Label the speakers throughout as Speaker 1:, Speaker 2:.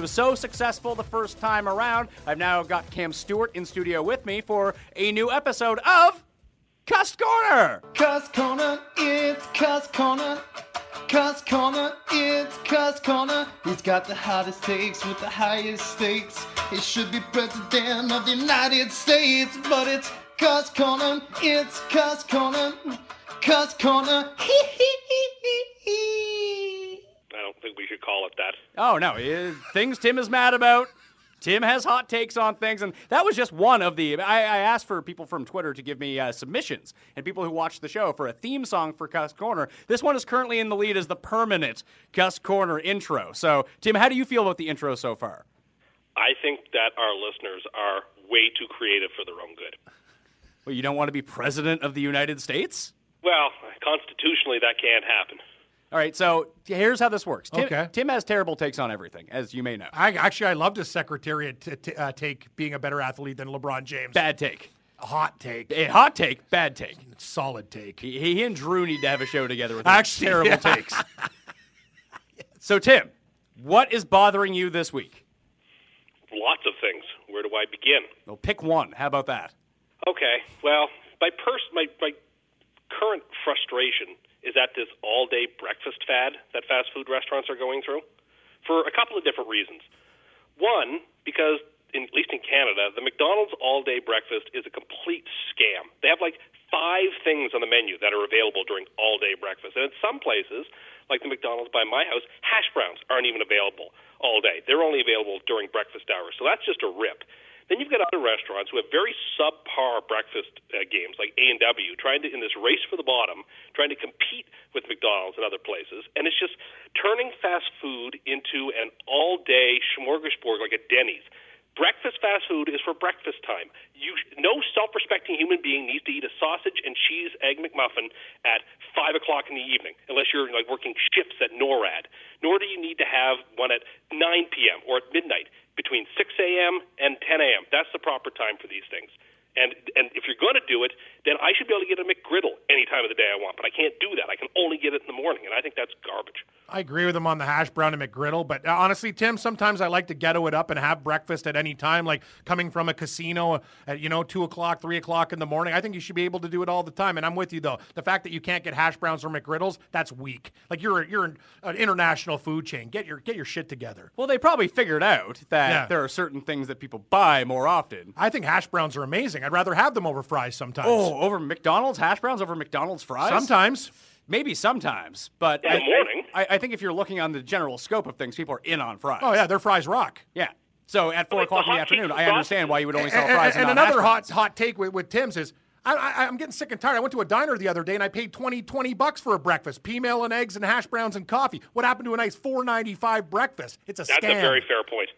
Speaker 1: was so successful the first time around. I've now got Cam Stewart in studio with me for a new episode of Cuss Corner.
Speaker 2: Cuss Corner, it's Cuss Corner. Cuss Corner, it's Cuss Corner. He's got the hottest takes with the highest stakes. He should be president of the United States, but it's Cuss Corner, it's Cuss Corner. Cuss Corner, hee hee hee hee hee.
Speaker 3: I don't think we should call it that.
Speaker 1: Oh no, eh, things Tim is mad about. Tim has hot takes on things, and that was just one of the. I, I asked for people from Twitter to give me uh, submissions and people who watch the show for a theme song for Cuss Corner. This one is currently in the lead as the permanent Cuss Corner intro. So, Tim, how do you feel about the intro so far?
Speaker 3: I think that our listeners are way too creative for their own good.
Speaker 1: Well, you don't want to be president of the United States?
Speaker 3: Well, constitutionally, that can't happen.
Speaker 1: All right, so here's how this works. Tim,
Speaker 4: Okay.
Speaker 1: Tim has terrible takes on everything, as you may know.
Speaker 4: I actually I loved his secretariat t- t- uh, take being a better athlete than LeBron James.
Speaker 1: Bad take.
Speaker 4: Hot take,
Speaker 1: A hot take, bad take.
Speaker 4: solid take.
Speaker 1: He, he and Drew need to have a show together with
Speaker 4: Actually,
Speaker 1: terrible
Speaker 4: yeah.
Speaker 1: takes. So, Tim, what is bothering you this week?
Speaker 3: Lots of things. Where do I begin?
Speaker 1: Well, pick one. How about that?
Speaker 3: Okay. Well, my pers- my my current frustration is at this all-day breakfast fad that fast food restaurants are going through, for a couple of different reasons. One, because in, at least in Canada, the McDonald's all-day breakfast is a complete scam. They have like five things on the menu that are available during all-day breakfast, and in some places, like the McDonald's by my house, hash browns aren't even available all day. They're only available during breakfast hours, so that's just a rip. Then you've got other restaurants who have very subpar breakfast uh, games, like A and W, trying to in this race for the bottom, trying to compete with McDonald's and other places, and it's just turning fast food into an all-day smorgasbord like a Denny's. Breakfast fast food is for breakfast time. You, no self-respecting human being needs to eat a sausage and cheese egg McMuffin at five o'clock in the evening, unless you're like working shifts at NORAD. Nor do you need to have one at 9 p.m. or at midnight between 6 a.m. and 10 a.m. That's the proper time for these things. And and if you're going to do it, then I should be able to get a McGriddle any time of the day I want. But I can't do that. I can only get it in the morning, and I think that's garbage.
Speaker 4: I agree with him on the hash brown and McGriddle, but uh, honestly, Tim, sometimes I like to ghetto it up and have breakfast at any time. Like coming from a casino uh, at you know two o'clock, three o'clock in the morning, I think you should be able to do it all the time. And I'm with you though. The fact that you can't get hash browns or McGriddles, that's weak. Like you're you're an, an international food chain. Get your get your shit together.
Speaker 1: Well, they probably figured out that
Speaker 4: Yeah.
Speaker 1: there are certain things that people buy more often.
Speaker 4: I think hash browns are amazing. I'd rather have them over fries sometimes.
Speaker 1: Oh, over McDonald's hash browns, over McDonald's fries.
Speaker 4: sometimes.
Speaker 1: maybe sometimes, but
Speaker 3: In
Speaker 1: I,
Speaker 3: the morning.
Speaker 1: I, I think if you're looking on the general scope of things, people are in on fries.
Speaker 4: Oh yeah, their fries rock.
Speaker 1: Yeah. So at four
Speaker 3: Like the
Speaker 1: o'clock in the
Speaker 3: hot
Speaker 1: afternoon,
Speaker 3: chicken
Speaker 1: I
Speaker 3: sausages.
Speaker 1: understand why you would only sell
Speaker 4: and,
Speaker 1: fries and,
Speaker 4: and
Speaker 1: not
Speaker 4: another
Speaker 1: hash browns.
Speaker 4: hot hot take with, with Tim's is I, I, I'm getting sick and tired. I went to a diner the other day and I paid 20, 20 bucks for a breakfast, p-mail and eggs and hash browns and coffee. What happened to a nice four ninety five breakfast? It's a
Speaker 3: That's
Speaker 4: scam.
Speaker 3: a very fair point.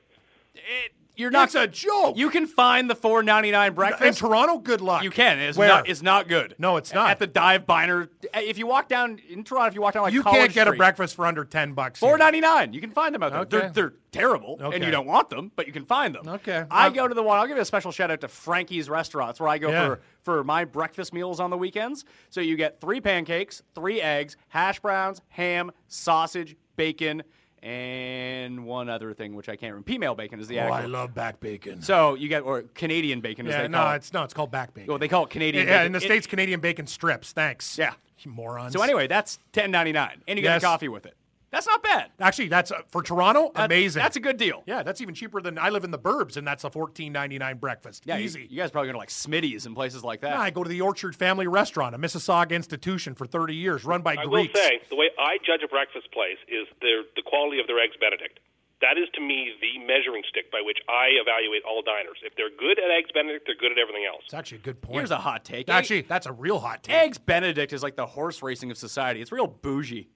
Speaker 1: It- you're not.
Speaker 4: That's a joke.
Speaker 1: You can find the four ninety nine
Speaker 4: in
Speaker 1: breakfast.
Speaker 4: Toronto, good luck.
Speaker 1: You can. It's
Speaker 4: Where?
Speaker 1: not. It's not good.
Speaker 4: No, it's
Speaker 1: A-
Speaker 4: not.
Speaker 1: At the dive biner, if you walk down in Toronto, if you walk down like
Speaker 4: you
Speaker 1: College
Speaker 4: can't get
Speaker 1: Street,
Speaker 4: a breakfast for under ten bucks. here.
Speaker 1: Four ninety nine. You can find them out there. They're,
Speaker 4: Okay.
Speaker 1: they're terrible, and
Speaker 4: Okay.
Speaker 1: you don't want them, but you can find them.
Speaker 4: Okay.
Speaker 1: I
Speaker 4: Um,
Speaker 1: go to the one. I'll give you a special shout out to Frankie's Restaurants, where I go
Speaker 4: Yeah.
Speaker 1: for for my breakfast meals on the weekends. So you get three pancakes, three eggs, hash browns, ham, sausage, bacon, and one other thing which I can't remember. P-mail bacon is the
Speaker 4: Oh,
Speaker 1: actual.
Speaker 4: I love back bacon.
Speaker 1: so you get or Canadian bacon as
Speaker 4: yeah,
Speaker 1: they
Speaker 4: no,
Speaker 1: call it.
Speaker 4: it's no, it's called back bacon.
Speaker 1: Well, they call it Canadian.
Speaker 4: yeah,
Speaker 1: bacon.
Speaker 4: in the
Speaker 1: It-
Speaker 4: states, Canadian bacon strips. Thanks.
Speaker 1: Yeah.
Speaker 4: You morons.
Speaker 1: So anyway, that's ten ninety nine, and you get
Speaker 4: Yes.
Speaker 1: a coffee with it. That's not bad.
Speaker 4: actually, that's uh, for Toronto,
Speaker 1: That-
Speaker 4: amazing.
Speaker 1: That's a good deal.
Speaker 4: Yeah, that's even cheaper than I live in the burbs, and that's a fourteen ninety nine breakfast.
Speaker 1: Yeah, you-
Speaker 4: Easy.
Speaker 1: You, guys probably go to like Smitty's and places like that.
Speaker 4: I go to the Orchard Family Restaurant, a Mississauga institution for thirty years, run by
Speaker 3: I will
Speaker 4: Greeks.
Speaker 3: say the way I judge a breakfast place is their the quality of their eggs Benedict. That is to me the measuring stick by which I evaluate all diners. If they're good at eggs Benedict, they're good at everything else.
Speaker 4: it's actually a good point.
Speaker 1: Here's a hot take.
Speaker 4: Actually, that's a real hot take.
Speaker 1: Eggs Benedict is like the horse racing of society. It's real bougie.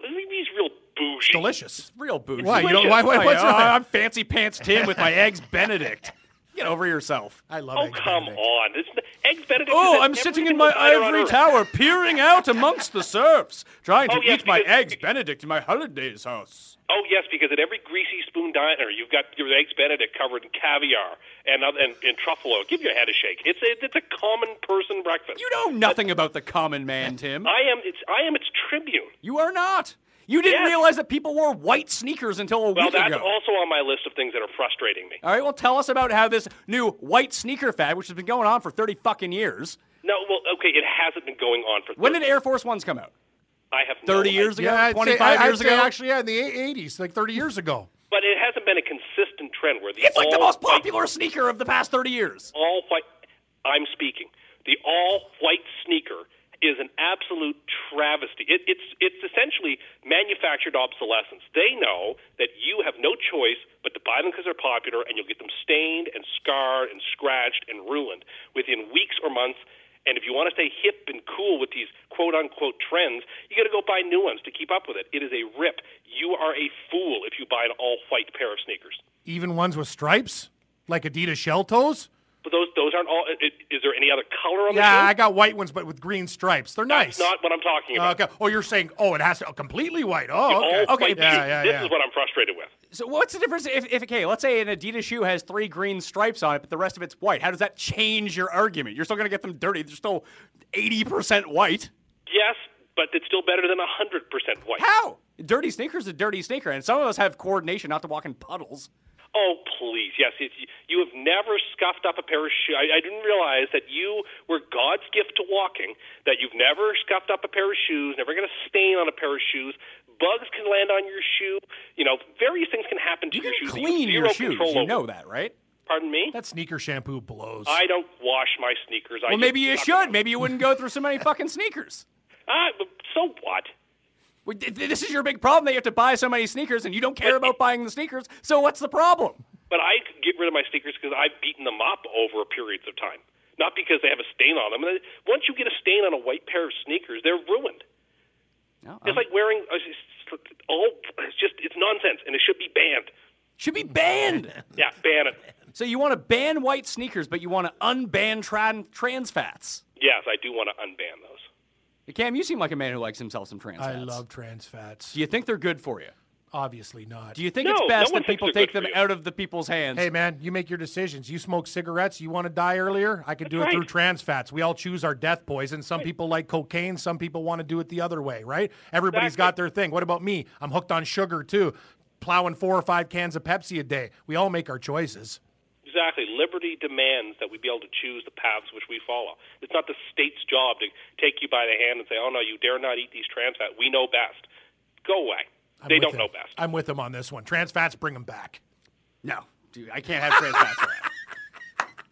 Speaker 3: He's real bougie.
Speaker 4: Delicious.
Speaker 1: Real bougie.
Speaker 4: Why, you don't- why- why-
Speaker 1: Like,
Speaker 4: what's
Speaker 1: "Oh,
Speaker 4: wrong?"
Speaker 1: I'm fancy pants Tim with my eggs Benedict. Get over yourself.
Speaker 4: I love.
Speaker 3: Oh
Speaker 4: Eggs
Speaker 3: come
Speaker 4: Benedict.
Speaker 3: on! It's, eggs Benedict. is
Speaker 1: Oh,
Speaker 3: at
Speaker 1: I'm
Speaker 3: every
Speaker 1: sitting in
Speaker 3: single
Speaker 1: my
Speaker 3: diner on
Speaker 1: ivory
Speaker 3: Earth.
Speaker 1: tower, peering out amongst the serfs, trying to
Speaker 3: Oh, yes,
Speaker 1: eat my
Speaker 3: because-
Speaker 1: eggs Benedict in my holiday's house.
Speaker 3: Oh yes, because at every greasy spoon diner, you've got your eggs Benedict covered in caviar and other- and, and truffle oil. Give your head a shake. It's a, it's a common person breakfast.
Speaker 1: You know nothing about the common man, Tim.
Speaker 3: I am. It's I am. It's Tribune.
Speaker 1: You are not. You didn't
Speaker 3: Yes.
Speaker 1: realize that people wore white sneakers until a
Speaker 3: Well,
Speaker 1: week
Speaker 3: that's
Speaker 1: ago.
Speaker 3: also on my list of things that are frustrating me.
Speaker 1: All right, well, tell us about how this new white sneaker fad, which has been going on for 30 fucking years.
Speaker 3: No, well, okay, it hasn't been going on for.
Speaker 1: When did Air Force Ones come out?
Speaker 3: I have no
Speaker 1: 30 years
Speaker 3: idea.
Speaker 1: ago?
Speaker 4: I'd say-
Speaker 1: 25
Speaker 4: I-
Speaker 1: years
Speaker 4: I'd say
Speaker 1: ago?
Speaker 4: Actually, yeah, in the eight- 80s, like 30 years ago.
Speaker 3: But it hasn't been a consistent trend where the
Speaker 1: it's like the most
Speaker 3: all-white-
Speaker 1: popular sneaker of the past 30 years.
Speaker 3: all white. I'm speaking. The all white sneaker is an absolute travesty. It, it's it's essentially manufactured obsolescence. They know that you have no choice but to buy them because they're popular, and you'll get them stained and scarred and scratched and ruined within weeks or months. And if you want to stay hip and cool with these quote unquote trends, you got to go buy new ones to keep up with it. It is a rip. You are a fool if you buy an all white pair of sneakers.
Speaker 4: Even ones with stripes, like Adidas shell toes.
Speaker 3: But those those aren't all. i- i- Is there any other color on the shoe?
Speaker 4: Yeah, I got white ones, but with green stripes. They're nice.
Speaker 3: That's not what I'm talking about.
Speaker 4: okay. Oh, you're saying, oh, it has to oh, completely white. Oh,
Speaker 3: All
Speaker 4: okay.
Speaker 3: white
Speaker 4: yeah,
Speaker 3: shoes.
Speaker 4: yeah,
Speaker 3: this
Speaker 4: yeah.
Speaker 3: is what I'm frustrated with.
Speaker 1: So what's the difference if, if okay, let's say an Adidas shoe has three green stripes on it, but the rest of it's white. How does that change your argument? You're still going to get them dirty. They're still 80% white.
Speaker 3: Yes, but it's still better than 100% white.
Speaker 1: How? Dirty sneakers is a dirty sneaker, and some of us have coordination not to walk in puddles.
Speaker 3: Oh, please. Yes, it's, you have never scuffed up a pair of shoes. I, I didn't realize that you were God's gift to walking, that you've never scuffed up a pair of shoes, never got a stain on a pair of shoes. Bugs can land on your shoe. You know, various things can happen to
Speaker 1: You can
Speaker 3: your shoes. that
Speaker 1: clean
Speaker 3: you
Speaker 1: your
Speaker 3: have
Speaker 1: shoes.
Speaker 3: zero control
Speaker 1: You
Speaker 3: over.
Speaker 1: know that, right?
Speaker 3: Pardon me?
Speaker 4: That sneaker shampoo blows.
Speaker 3: I don't wash my sneakers. I
Speaker 1: Well,
Speaker 3: just
Speaker 1: maybe you
Speaker 3: suck
Speaker 1: should.
Speaker 3: them.
Speaker 1: Maybe you wouldn't go through so many fucking sneakers.
Speaker 3: Ah, but so what?
Speaker 1: Well, th- th- This is your big problem that you have to buy so many sneakers, and you don't care about buying the sneakers. So what's the problem?
Speaker 3: But I could get rid of my sneakers because I've beaten them up over periods of time, not because they have a stain on them. And then once you get a stain on a white pair of sneakers, they're ruined.
Speaker 4: Oh,
Speaker 1: No,
Speaker 3: It's like wearing uh, it's just- all. It's just it's nonsense, and it should be banned.
Speaker 1: should be banned.
Speaker 3: Yeah, ban it.
Speaker 1: So you want to ban white sneakers, but you want to unban tran- trans fats.
Speaker 3: Yes, I do want to unban those.
Speaker 1: Cam, you seem like a man who likes himself some trans
Speaker 4: I
Speaker 1: fats.
Speaker 4: love trans fats.
Speaker 1: Do you think they're good for you?
Speaker 4: Obviously not.
Speaker 1: Do you think
Speaker 3: No,
Speaker 1: it's
Speaker 3: no
Speaker 1: best
Speaker 3: one
Speaker 1: that
Speaker 3: thinks
Speaker 1: people
Speaker 3: they're
Speaker 1: take
Speaker 3: good for
Speaker 1: them
Speaker 3: you.
Speaker 1: out of the people's hands?
Speaker 4: Hey man, you make your decisions. You smoke cigarettes. You want to die earlier? I could do
Speaker 3: That's
Speaker 4: it through
Speaker 3: right.
Speaker 4: trans fats. We all choose our death poison. Some people like cocaine. Some people want to do it the other way, right? Everybody's
Speaker 3: Exactly.
Speaker 4: got their thing. What about me? I'm hooked on sugar too. Plowing four or five cans of Pepsi a day. We all make our choices.
Speaker 3: Exactly. Liberty demands that we be able to choose the paths which we follow. It's not the state's job to take you by the hand and say, "Oh no, you dare not eat these trans fat. We know best." Go away.
Speaker 4: I'm
Speaker 3: they
Speaker 4: with
Speaker 3: don't
Speaker 4: him.
Speaker 3: know best.
Speaker 4: I'm with them on this one. Trans fats, bring them back.
Speaker 1: No, dude, I can't have trans fats. around.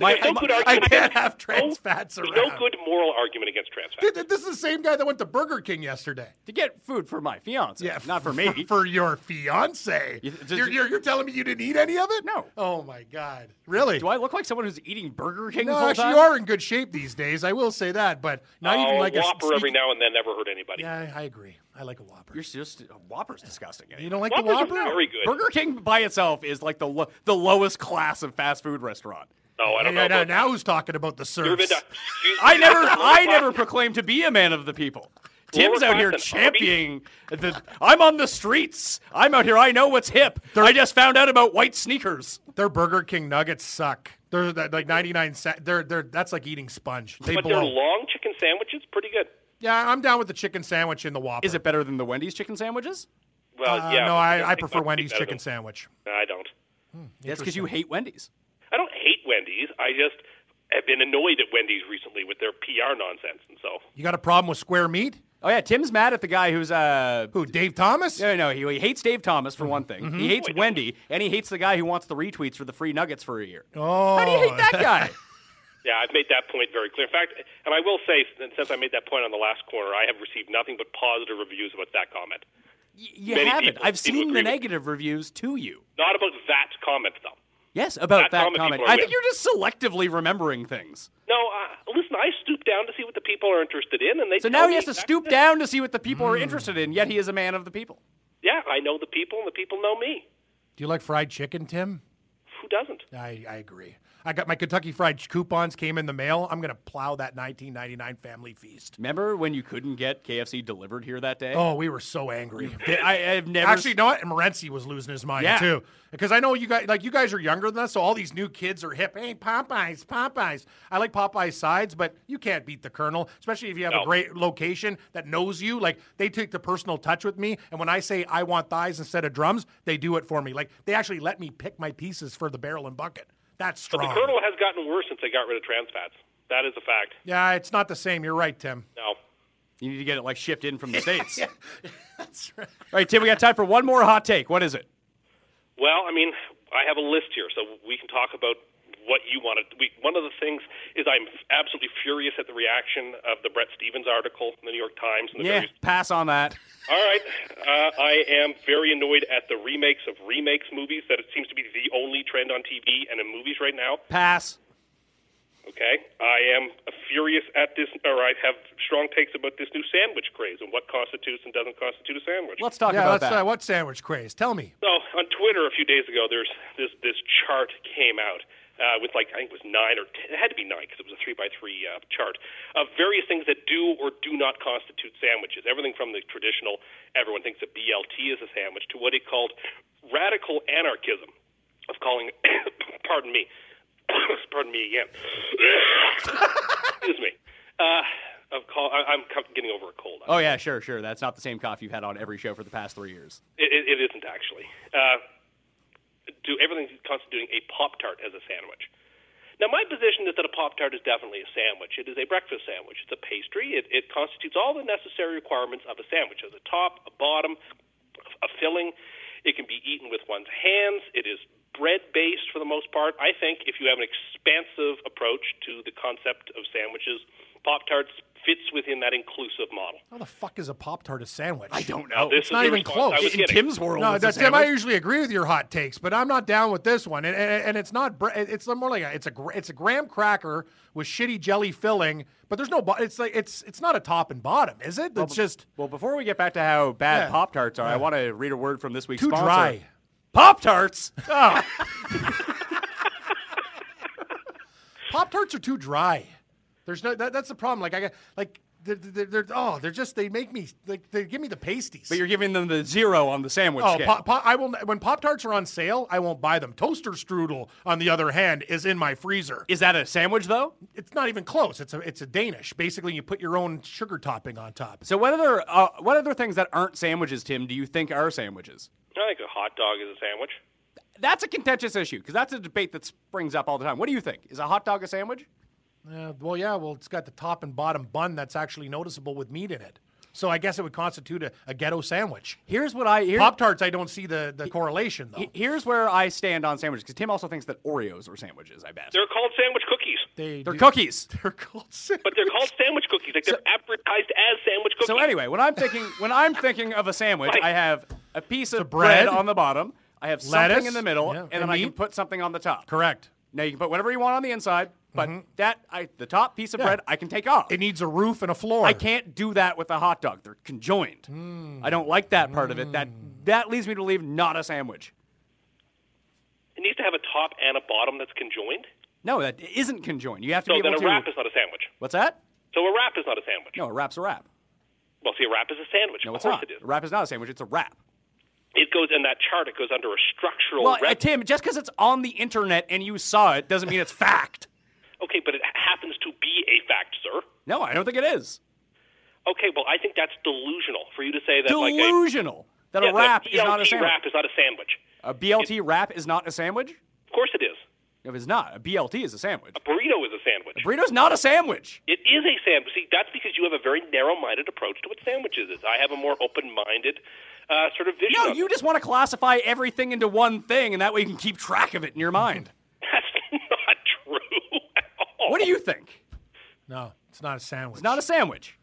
Speaker 1: My,
Speaker 3: There's no good
Speaker 4: I
Speaker 3: argument
Speaker 4: can't
Speaker 3: against-
Speaker 4: have trans
Speaker 3: no-
Speaker 4: fats
Speaker 3: there's
Speaker 4: around.
Speaker 3: No good moral argument against trans fats.
Speaker 4: Th- th- This is the same guy that went to Burger King yesterday.
Speaker 1: to get food for my fiance, not for me.
Speaker 4: For your fiance.
Speaker 1: You- d- d-
Speaker 4: You're, you're, you're telling me you didn't eat any of it?
Speaker 1: No.
Speaker 4: Oh my God. Really?
Speaker 1: Do I look like someone who's eating Burger King the
Speaker 4: No,
Speaker 1: whole
Speaker 4: actually,
Speaker 1: time?
Speaker 4: you are in good shape these days. I will say that. But not even
Speaker 3: Oh,
Speaker 4: like
Speaker 3: a whopper
Speaker 4: a
Speaker 3: every now and then never hurt anybody.
Speaker 4: Yeah, I, I agree. I like a whopper.
Speaker 1: You're just Whopper's disgusting. eh?
Speaker 4: you don't like
Speaker 3: Whoppers
Speaker 4: the
Speaker 3: are
Speaker 4: whopper?
Speaker 3: very good.
Speaker 1: Burger King by itself is like the lo- the lowest class of fast food restaurant.
Speaker 3: No, I
Speaker 4: Yeah,
Speaker 3: don't
Speaker 4: yeah,
Speaker 3: know.
Speaker 4: now,
Speaker 3: about-
Speaker 4: now who's talking about the
Speaker 3: You've been
Speaker 4: service?
Speaker 3: to- excuse me,
Speaker 1: I never I
Speaker 3: lower
Speaker 1: never
Speaker 3: class-
Speaker 1: proclaimed to be a man of the people. Tim's
Speaker 3: Lower
Speaker 1: out here
Speaker 3: class than
Speaker 1: championing the. I'm on the streets. I'm out here. I know what's hip. I just found out about white sneakers.
Speaker 4: Their Burger King nuggets suck. They're that- like 99 cent. They're, they're, that's like eating sponge. They
Speaker 3: But their
Speaker 4: blow.
Speaker 3: long chicken sandwich is pretty good.
Speaker 4: Yeah, I'm down with the chicken sandwich and the whopper.
Speaker 1: Is it better than the Wendy's chicken sandwiches?
Speaker 3: Well,
Speaker 4: Uh,
Speaker 3: yeah.
Speaker 4: no,
Speaker 3: but
Speaker 4: I,
Speaker 3: don't
Speaker 4: I
Speaker 3: think
Speaker 4: prefer
Speaker 3: much
Speaker 4: Wendy's
Speaker 3: better
Speaker 4: chicken
Speaker 3: than-
Speaker 4: sandwich.
Speaker 3: No, I don't.
Speaker 1: That's because you hate Wendy's.
Speaker 3: I don't hate Wendy's. I just have been annoyed at Wendy's recently with their PR nonsense, and so
Speaker 4: You got a problem with square meat?
Speaker 1: Oh yeah, Tim's mad at the guy who's uh.
Speaker 4: Who, Dave Thomas?
Speaker 1: No, no, he, he hates Dave Thomas
Speaker 4: Mm-hmm.
Speaker 1: for one thing. He hates Wendy, and he hates the guy who wants the retweets for the free nuggets for a year.
Speaker 4: Oh,
Speaker 1: How do you hate that guy?
Speaker 3: yeah, I've made that point very clear. In fact, and I will say, since since I made that point on the last corner, I have received nothing but positive reviews about that comment.
Speaker 1: Y- you
Speaker 3: Many
Speaker 1: haven't.
Speaker 3: people-
Speaker 1: I've
Speaker 3: people
Speaker 1: seen the
Speaker 3: agree with-
Speaker 1: negative reviews to you.
Speaker 3: Not about that comment, though.
Speaker 1: Yes, about
Speaker 3: That
Speaker 1: that
Speaker 3: comment
Speaker 1: comment.
Speaker 3: people are
Speaker 1: I think
Speaker 3: with.
Speaker 1: you're just selectively remembering things.
Speaker 3: No, uh, listen, I stoop down to see what the people are interested in, and they.
Speaker 1: So
Speaker 3: tell
Speaker 1: now he
Speaker 3: me
Speaker 1: has to
Speaker 3: exactly
Speaker 1: stoop
Speaker 3: this.
Speaker 1: down to see what the people
Speaker 4: Mm.
Speaker 1: are interested in, yet he is a man of the people.
Speaker 3: Yeah, I know the people, and the people know me.
Speaker 4: Do you like fried chicken, Tim?
Speaker 3: Who doesn't?
Speaker 4: I, I agree. I got my Kentucky Fried Ch- coupons came in the mail. I'm gonna plow that 19.99 family feast.
Speaker 1: Remember when you couldn't get KFC delivered here that day?
Speaker 4: Oh, we were so angry.
Speaker 1: I, have never
Speaker 4: Actually, you know what? Morency was losing his mind
Speaker 1: Yeah.
Speaker 4: too, because I know you guys like you guys are younger than us, so all these new kids are hip. Hey, Popeyes, Popeyes. I like Popeyes sides, but you can't beat the Colonel, especially if you have a
Speaker 3: No.
Speaker 4: great location that knows you. Like they take the personal touch with me, and when I say I want thighs instead of drums, they do it for me. Like they actually let me pick my pieces for the barrel and bucket. That's
Speaker 3: But
Speaker 4: strong.
Speaker 3: the kernel has gotten worse since they got rid of trans fats. That is a fact.
Speaker 4: yeah, it's not the same. You're right, Tim.
Speaker 3: No.
Speaker 1: you need to get it like shipped in from the states. All right, Tim, we got time for one more hot take. What is it?
Speaker 3: Well, I mean, I have a list here, so we can talk about what you wanted. We, one of the things is I'm absolutely furious at the reaction of the Brett Stevens article in the New York Times and the
Speaker 1: Yeah,
Speaker 3: various
Speaker 1: pass on that.
Speaker 3: All right. Uh, I am very annoyed at the remakes of remakes movies that it seems to be the only trend on TV and in movies right now.
Speaker 1: Pass.
Speaker 3: Okay. I am furious at this, or I have strong takes about this new sandwich craze and what constitutes and doesn't constitute a sandwich.
Speaker 1: Let's talk
Speaker 4: Yeah,
Speaker 1: about
Speaker 4: that's
Speaker 1: that.
Speaker 4: uh, what sandwich craze. Tell me.
Speaker 3: So on Twitter a few days ago, there's this this chart came out uh, with like I think it was nine or ten, it had to be nine because it was a three by three uh, chart of various things that do or do not constitute sandwiches. Everything from the traditional everyone thinks that BLT is a sandwich to what he called radical anarchism of calling pardon me pardon me again excuse me uh, of call I, I'm co- getting over a cold.
Speaker 1: oh yeah, sure, sure. That's not the same cough you've had on every show for the past three years.
Speaker 3: It, it, it isn't actually. Uh, do everything constituting a pop tart as a sandwich. Now, my position is that a pop tart is definitely a sandwich. It is a breakfast sandwich. It's a pastry. It, it constitutes all the necessary requirements of a sandwich: as a top, a bottom, a filling. It can be eaten with one's hands. It is bread based for the most part. I think if you have an expansive approach to the concept of sandwiches, pop tarts fits within that inclusive model.
Speaker 4: How the fuck is a Pop Tart a sandwich?
Speaker 1: I don't know.
Speaker 3: This
Speaker 4: not
Speaker 3: is the
Speaker 4: even
Speaker 3: response
Speaker 4: close.
Speaker 3: I was
Speaker 1: in
Speaker 3: getting.
Speaker 1: Tim's world,
Speaker 4: No,
Speaker 1: it's a
Speaker 4: that, Tim, I
Speaker 1: sandwich.
Speaker 4: usually agree with your hot takes, but I'm not down with this one. And and, and it's not. bre- It's more like a, it's a gra- it's a graham cracker with shitty jelly filling, but there's no. bo- It's like it's it's not a top and bottom, is it? It's just
Speaker 1: Well, before we get back to how bad
Speaker 4: Yeah.
Speaker 1: Pop Tarts are, I want to read a word from this week's
Speaker 4: too
Speaker 1: sponsor.
Speaker 4: dry.
Speaker 1: Pop Tarts.
Speaker 4: Pop tarts are too dry. There's no. That, that's the problem. Like I got like. They're, they're, they're, oh, they're just, they make me, like, they give me the pasties.
Speaker 1: but you're giving them the zero on the sandwich.
Speaker 4: Oh,
Speaker 1: scale.
Speaker 4: pop, pop, I will. n- When Pop Tarts are on sale, I won't buy them. Toaster strudel, on the other hand, is in my freezer.
Speaker 1: is that a sandwich though?
Speaker 4: It's not even close. It's a it's a Danish. Basically, you put your own sugar topping on top.
Speaker 1: So what other uh, what other things that aren't sandwiches, Tim? Do you think are sandwiches?
Speaker 3: I think a hot dog is a sandwich.
Speaker 1: That's a contentious issue because that's a debate that springs up all the time. What do you think? Is a hot dog a sandwich?
Speaker 4: Uh, well, yeah. Well, it's got the top and bottom bun that's actually noticeable with meat in it. So I guess it would constitute a, a ghetto sandwich.
Speaker 1: Here's what I hear.
Speaker 4: Pop Tarts, I don't see the, the correlation though.
Speaker 1: he- Here's where I stand on sandwiches because Tim also thinks that Oreos are sandwiches. I bet
Speaker 3: They're called sandwich cookies.
Speaker 4: They
Speaker 1: They're
Speaker 4: do-
Speaker 1: cookies.
Speaker 4: They're called sandwich.
Speaker 3: But they're called sandwich cookies. Like they're advertised as sandwich cookies.
Speaker 1: So anyway, when I'm thinking when I'm thinking of a sandwich, I have a piece of bread.
Speaker 4: bread.
Speaker 1: on the bottom, I have something
Speaker 4: Lettuce.
Speaker 1: in the middle,
Speaker 4: Yeah.
Speaker 1: and, then
Speaker 4: And
Speaker 1: I can
Speaker 4: meat.
Speaker 1: put something on the top.
Speaker 4: Correct.
Speaker 1: Now you can put whatever you want on the inside, but that I the top piece of bread I can take off.
Speaker 4: It needs a roof Mm-hmm. and a floor.
Speaker 1: I can't do that with a hot dog. They're conjoined.
Speaker 4: Mm.
Speaker 1: I don't like that part of it. That that leads me to believe not a sandwich.
Speaker 3: it needs to have a top and a bottom that's conjoined.
Speaker 1: No, that isn't conjoined. You have to
Speaker 3: So
Speaker 1: be
Speaker 3: then
Speaker 1: able
Speaker 3: a
Speaker 1: to.
Speaker 3: wrap is not a sandwich.
Speaker 1: What's that?
Speaker 3: So a wrap is not a sandwich.
Speaker 1: No, a wrap's a wrap.
Speaker 3: Well, see, a wrap is a sandwich.
Speaker 1: No,
Speaker 3: of
Speaker 1: it's
Speaker 3: course
Speaker 1: not.
Speaker 3: it is.
Speaker 1: A wrap is not a sandwich. It's a wrap.
Speaker 3: It goes in that chart. It goes under a structural.
Speaker 1: Well, uh,
Speaker 3: rep-
Speaker 1: Tim, just because it's on the internet and you saw it doesn't mean it's fact.
Speaker 3: okay, but it happens to be a fact, sir.
Speaker 1: No, I don't think it is.
Speaker 3: Okay, well, I think that's delusional for you to say that like a,
Speaker 1: Delusional that
Speaker 3: yeah,
Speaker 1: a wrap
Speaker 3: that
Speaker 1: is not a
Speaker 3: BLT
Speaker 1: sandwich.
Speaker 3: wrap is not a sandwich.
Speaker 1: A BLT wrap is not a sandwich.
Speaker 3: Of course it is.
Speaker 1: If it's not, a BLT is a sandwich.
Speaker 3: Burrito is a sandwich.
Speaker 1: Burrito's not a sandwich.
Speaker 3: It is a sandwich. See, that's because you have a very narrow-minded approach to what sandwiches is. I have a more open-minded uh, sort of vision.
Speaker 1: No,
Speaker 3: of
Speaker 1: you
Speaker 3: it.
Speaker 1: just want to classify everything into one thing, and that way you can keep track of it in your mind.
Speaker 3: That's not true at all.
Speaker 1: What do you think?
Speaker 4: No, it's not a sandwich.
Speaker 1: It's not a sandwich.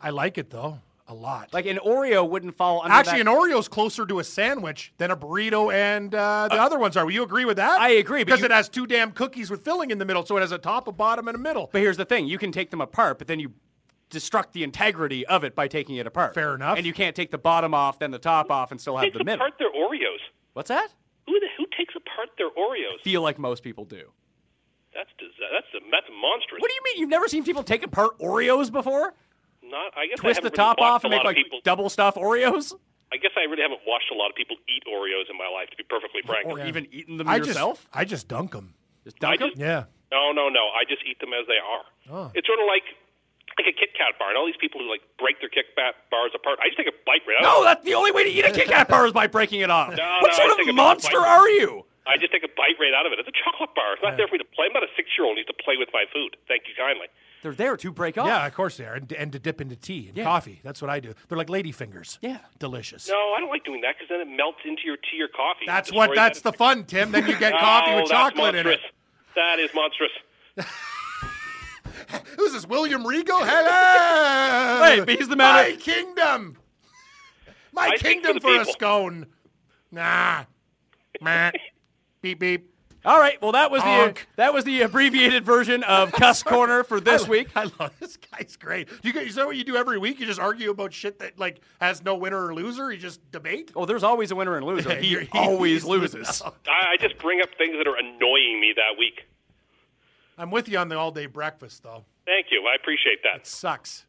Speaker 4: I like it though a lot.
Speaker 1: Like an Oreo wouldn't fall under
Speaker 4: Actually,
Speaker 1: that.
Speaker 4: an Oreo's closer to a sandwich than a burrito and uh, the other ones are. Will you agree with that?
Speaker 1: I agree, but
Speaker 4: because
Speaker 1: you-
Speaker 4: it has two damn cookies with filling in the middle, so it has a top, a bottom, and a middle.
Speaker 1: But here's the thing: you can take them apart, but then you destruct the integrity of it by taking it apart.
Speaker 4: Fair enough.
Speaker 1: And you can't take the bottom off, then the top off, and still have
Speaker 3: takes
Speaker 1: the middle.
Speaker 3: apart their Oreos?
Speaker 1: What's that?
Speaker 3: Who the, who takes apart their Oreos?
Speaker 1: Feel like most people do.
Speaker 3: That's disa- that's a, that's monstrous.
Speaker 1: What do you mean you've never seen people take apart Oreos before?
Speaker 3: Not I guess I
Speaker 1: Twist the
Speaker 3: haven't really
Speaker 1: top off
Speaker 3: watched a
Speaker 1: and make
Speaker 3: lot
Speaker 1: like
Speaker 3: of people.
Speaker 1: double stuff Oreos,
Speaker 3: I guess I really haven't watched a lot of people eat Oreos in my life, to be perfectly frank.
Speaker 1: or even eaten them
Speaker 4: I
Speaker 1: yourself.
Speaker 4: just I just dunk them.
Speaker 1: Just, dunk
Speaker 3: I
Speaker 1: 'em?
Speaker 3: just-
Speaker 4: Yeah.
Speaker 3: No, no, no. I just eat them as they are.
Speaker 4: Oh.
Speaker 3: It's sort of like like a Kit Kat bar, and all these people who like break their Kit Kat bars apart. I just take a bite right out.
Speaker 1: No, that's the only way to eat a Kit Kat bar is by breaking it off.
Speaker 3: No,
Speaker 1: what
Speaker 3: no, I
Speaker 1: sort
Speaker 3: think
Speaker 1: of
Speaker 3: it's
Speaker 1: monster
Speaker 3: like-
Speaker 1: are you?
Speaker 3: I just take a bite right out of it. It's a chocolate bar. It's not there for me to play. I'm not a six year old needs to play with my food. Thank you kindly.
Speaker 1: They're there to break off.
Speaker 4: Yeah, of course they are. And, and to dip into tea and
Speaker 1: Yeah.
Speaker 4: coffee. That's what I do. They're like ladyfingers.
Speaker 1: Yeah.
Speaker 4: Delicious.
Speaker 3: No, I don't like doing that because then it melts into your tea or coffee.
Speaker 4: That's
Speaker 3: It
Speaker 4: what
Speaker 3: destroys
Speaker 4: that's
Speaker 3: that-
Speaker 4: the fun, Tim. Then you get
Speaker 3: No,
Speaker 4: coffee with
Speaker 3: that's
Speaker 4: chocolate in it.
Speaker 3: monstrous. That is monstrous.
Speaker 4: Who's this? William Regal? Hello.
Speaker 1: Hey, but he's the man
Speaker 4: My
Speaker 1: of-
Speaker 4: kingdom. My
Speaker 3: I speak for the
Speaker 4: kingdom for, a
Speaker 3: people.
Speaker 4: scone. Nah. Meh. beep beep.
Speaker 1: All right. Well, that was the
Speaker 4: Honk.
Speaker 1: that was the abbreviated version of Cuss Corner for this
Speaker 4: I-
Speaker 1: week.
Speaker 4: I love this guy's great. You guys, is that what you do every week? You just argue about shit that like has no winner or loser. You just debate.
Speaker 1: Oh, there's always a winner and loser. He,
Speaker 4: He-
Speaker 1: always
Speaker 4: he's-
Speaker 1: loses.
Speaker 3: I, I just bring up things that are annoying me that week.
Speaker 4: I'm with you on the all day breakfast though.
Speaker 3: Thank you. I appreciate that.
Speaker 4: Sucks.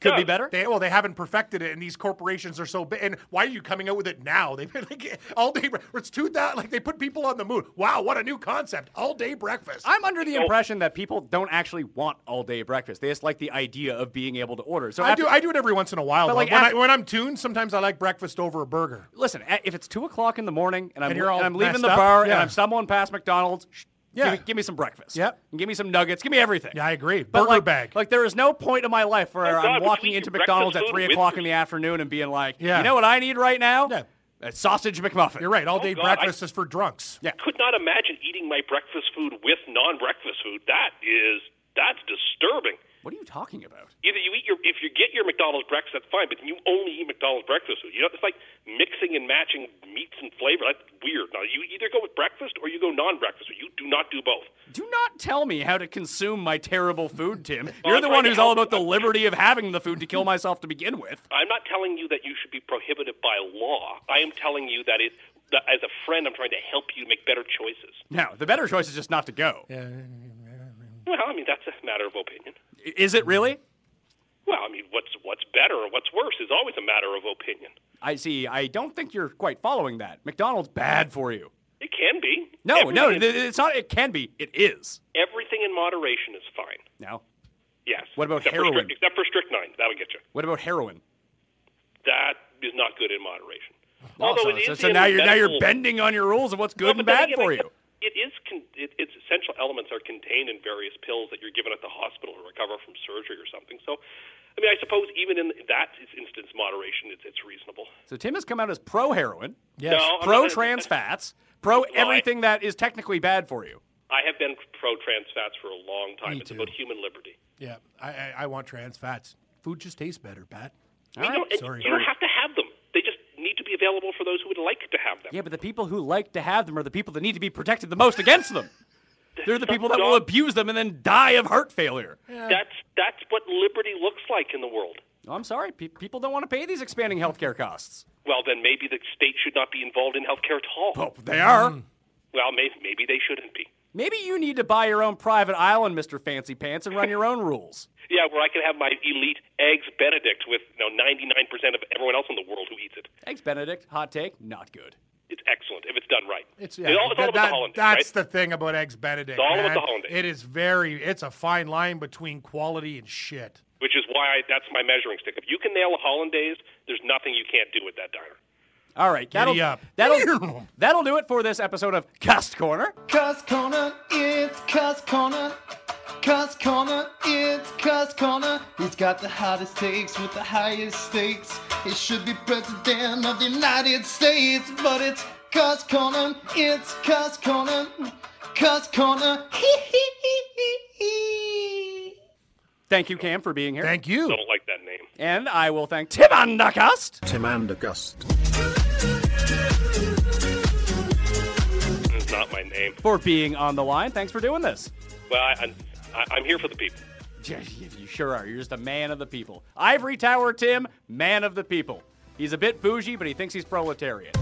Speaker 1: Could be
Speaker 3: Yeah.
Speaker 1: better.
Speaker 4: They well, they haven't perfected it, and these corporations are so big. And why are you coming out with it now? They've been like all day. bre- It's two that like they put people on the moon. Wow, what a new concept! All day breakfast.
Speaker 1: I'm under the impression that people don't actually want all day breakfast. They just like the idea of being able to order. So
Speaker 4: I
Speaker 1: after-
Speaker 4: do. I do it every once in a while.
Speaker 1: But,
Speaker 4: though.
Speaker 1: like,
Speaker 4: when,
Speaker 1: after-
Speaker 4: I, when I'm tuned, sometimes I like breakfast over a burger.
Speaker 1: Listen, a- if it's two o'clock in the morning and I'm
Speaker 4: And you're all
Speaker 1: and I'm leaving
Speaker 4: messed
Speaker 1: the
Speaker 4: up?
Speaker 1: bar and
Speaker 4: Yeah.
Speaker 1: I'm stumbling past McDonald's, sh-
Speaker 4: Yeah.
Speaker 1: give, me, give me some breakfast.
Speaker 4: Yep.
Speaker 1: And give me some nuggets. Give me everything.
Speaker 4: Yeah, I agree.
Speaker 1: But
Speaker 4: Burger
Speaker 1: like,
Speaker 4: bag.
Speaker 1: Like there is no point in my life where
Speaker 3: Oh, God,
Speaker 1: I'm
Speaker 3: would you
Speaker 1: walking
Speaker 3: eat
Speaker 1: into
Speaker 3: your
Speaker 1: McDonald's at
Speaker 3: breakfast
Speaker 1: three
Speaker 3: food with
Speaker 1: o'clock
Speaker 3: your-
Speaker 1: in the afternoon and being like,
Speaker 4: Yeah.
Speaker 1: you know what I need right now?
Speaker 4: Yeah.
Speaker 1: A sausage McMuffin.
Speaker 4: You're right. All day
Speaker 3: Oh, God, I-
Speaker 4: breakfast is for drunks.
Speaker 1: Yeah.
Speaker 3: could not imagine eating my breakfast food with non-breakfast food. That is that's disturbing.
Speaker 1: What are you talking about?
Speaker 3: Either you eat your if you get your McDonald's breakfast, that's fine, but you only eat McDonald's breakfast food. You know, it's like mixing and matching meats and flavor. That's weird. Now you either go with breakfast or you go non-breakfast. You do not do both.
Speaker 1: Do not tell me how to consume my terrible food, Tim. You're
Speaker 3: Well, I'm
Speaker 1: the
Speaker 3: trying
Speaker 1: one
Speaker 3: to
Speaker 1: who's all
Speaker 3: help
Speaker 1: about the
Speaker 3: you.
Speaker 1: liberty of having the food to kill myself to begin with.
Speaker 3: I'm not telling you that you should be prohibited by law. I am telling you that it that as a friend, I'm trying to help you make better choices.
Speaker 1: Now, the better choice is just not to go.
Speaker 3: Well, I mean that's a matter of opinion.
Speaker 1: I- Is it really?
Speaker 3: Well, I mean what's what's better or what's worse is always a matter of opinion.
Speaker 1: I see. I don't think you're quite following that. McDonald's bad for you.
Speaker 3: It can be.
Speaker 1: No, no,
Speaker 3: Everything in-
Speaker 1: th- th- it's not. It can be. It is.
Speaker 3: everything in moderation is fine.
Speaker 1: Now,
Speaker 3: Yes.
Speaker 1: What about
Speaker 3: except For
Speaker 1: heroin?
Speaker 3: stryc- except for strychnine, that'll get you.
Speaker 1: what about heroin?
Speaker 3: That is not good in moderation.
Speaker 1: Also,
Speaker 3: it is
Speaker 1: so, so
Speaker 3: in
Speaker 1: now
Speaker 3: the
Speaker 1: you're now you're
Speaker 3: medical-
Speaker 1: bending on your rules of what's
Speaker 3: Well,
Speaker 1: good and
Speaker 3: but then
Speaker 1: bad
Speaker 3: again,
Speaker 1: for
Speaker 3: I
Speaker 1: you.
Speaker 3: guess It is. Con- it, its essential elements are contained in various pills that you're given at the hospital to recover from surgery or something. So, I mean, I suppose even in that instance, moderation it's, it's reasonable.
Speaker 1: So Tim has come out as pro heroin,
Speaker 4: Yes.
Speaker 3: No, I'm
Speaker 1: pro
Speaker 3: not-
Speaker 1: trans fats, pro
Speaker 3: I-
Speaker 1: everything that is technically bad for you.
Speaker 3: I have been pro trans fats for a long time.
Speaker 4: Me
Speaker 3: it's
Speaker 4: too.
Speaker 3: about human liberty.
Speaker 4: Yeah. I, I, I want trans fats. Food just tastes better, Pat.
Speaker 3: We
Speaker 1: right,
Speaker 3: don't, and
Speaker 4: sorry.
Speaker 3: You don't have to have them. They just need to be available for those who would like to have them.
Speaker 1: Yeah, but the people who like to have them are the people that need to be protected the most against them. They're the people that will
Speaker 3: Don't-
Speaker 1: abuse them and then die of heart failure. Oh,
Speaker 3: That's that's what liberty looks like in the world.
Speaker 1: No, I'm sorry, pe- people don't want to pay these expanding healthcare costs.
Speaker 3: Well, then maybe the state should not be involved in healthcare at all.
Speaker 1: Oh, they are.
Speaker 3: Well, maybe, maybe they shouldn't be.
Speaker 1: Maybe you need to buy your own private island, Mr. Fancy Pants, and run your own rules.
Speaker 3: Yeah, where I can have my elite eggs Benedict with you know 99% of everyone else in the world who eats it.
Speaker 1: Eggs Benedict, hot take, not good.
Speaker 3: It's excellent if it's done right.
Speaker 4: It's,
Speaker 3: It
Speaker 4: yeah,
Speaker 3: all, it's all
Speaker 4: that-
Speaker 3: about
Speaker 4: that-
Speaker 3: the hollandaise, right?
Speaker 4: That's the thing about eggs Benedict.
Speaker 3: It's all about
Speaker 4: man.
Speaker 3: the hollandaise.
Speaker 4: It is very. It's a fine line between quality and shit.
Speaker 3: Which is why I, that's my measuring stick. If you can nail a hollandaise, there's nothing you can't do with that diner.
Speaker 1: All right, that'll
Speaker 4: Giddy up.
Speaker 1: that'll
Speaker 4: Ew.
Speaker 1: that'll do it for this episode of Cast Corner.
Speaker 2: Cuss Corner, it's Cuss Corner. Cuss Corner, it's Cuss Corner. He's got the hottest takes with the highest stakes. He should be president of the United States, but it's Cuss Corner, it's Cuss Corner. Cuss Corner, hee hee hee hee hee.
Speaker 1: Thank you, Cam, for being here,
Speaker 4: Thank you.
Speaker 3: Don't like that name.
Speaker 1: and I will thank Tim Undercast.
Speaker 5: Tim Andergust.
Speaker 3: It's not my name.
Speaker 1: for being on the line. Thanks for doing this.
Speaker 3: Well, I, I'm, I, I'm here for the people.
Speaker 1: Yeah, You sure are. You're just a man of the people. Ivory Tower Tim, man of the people. He's a bit bougie, but he thinks he's proletarian.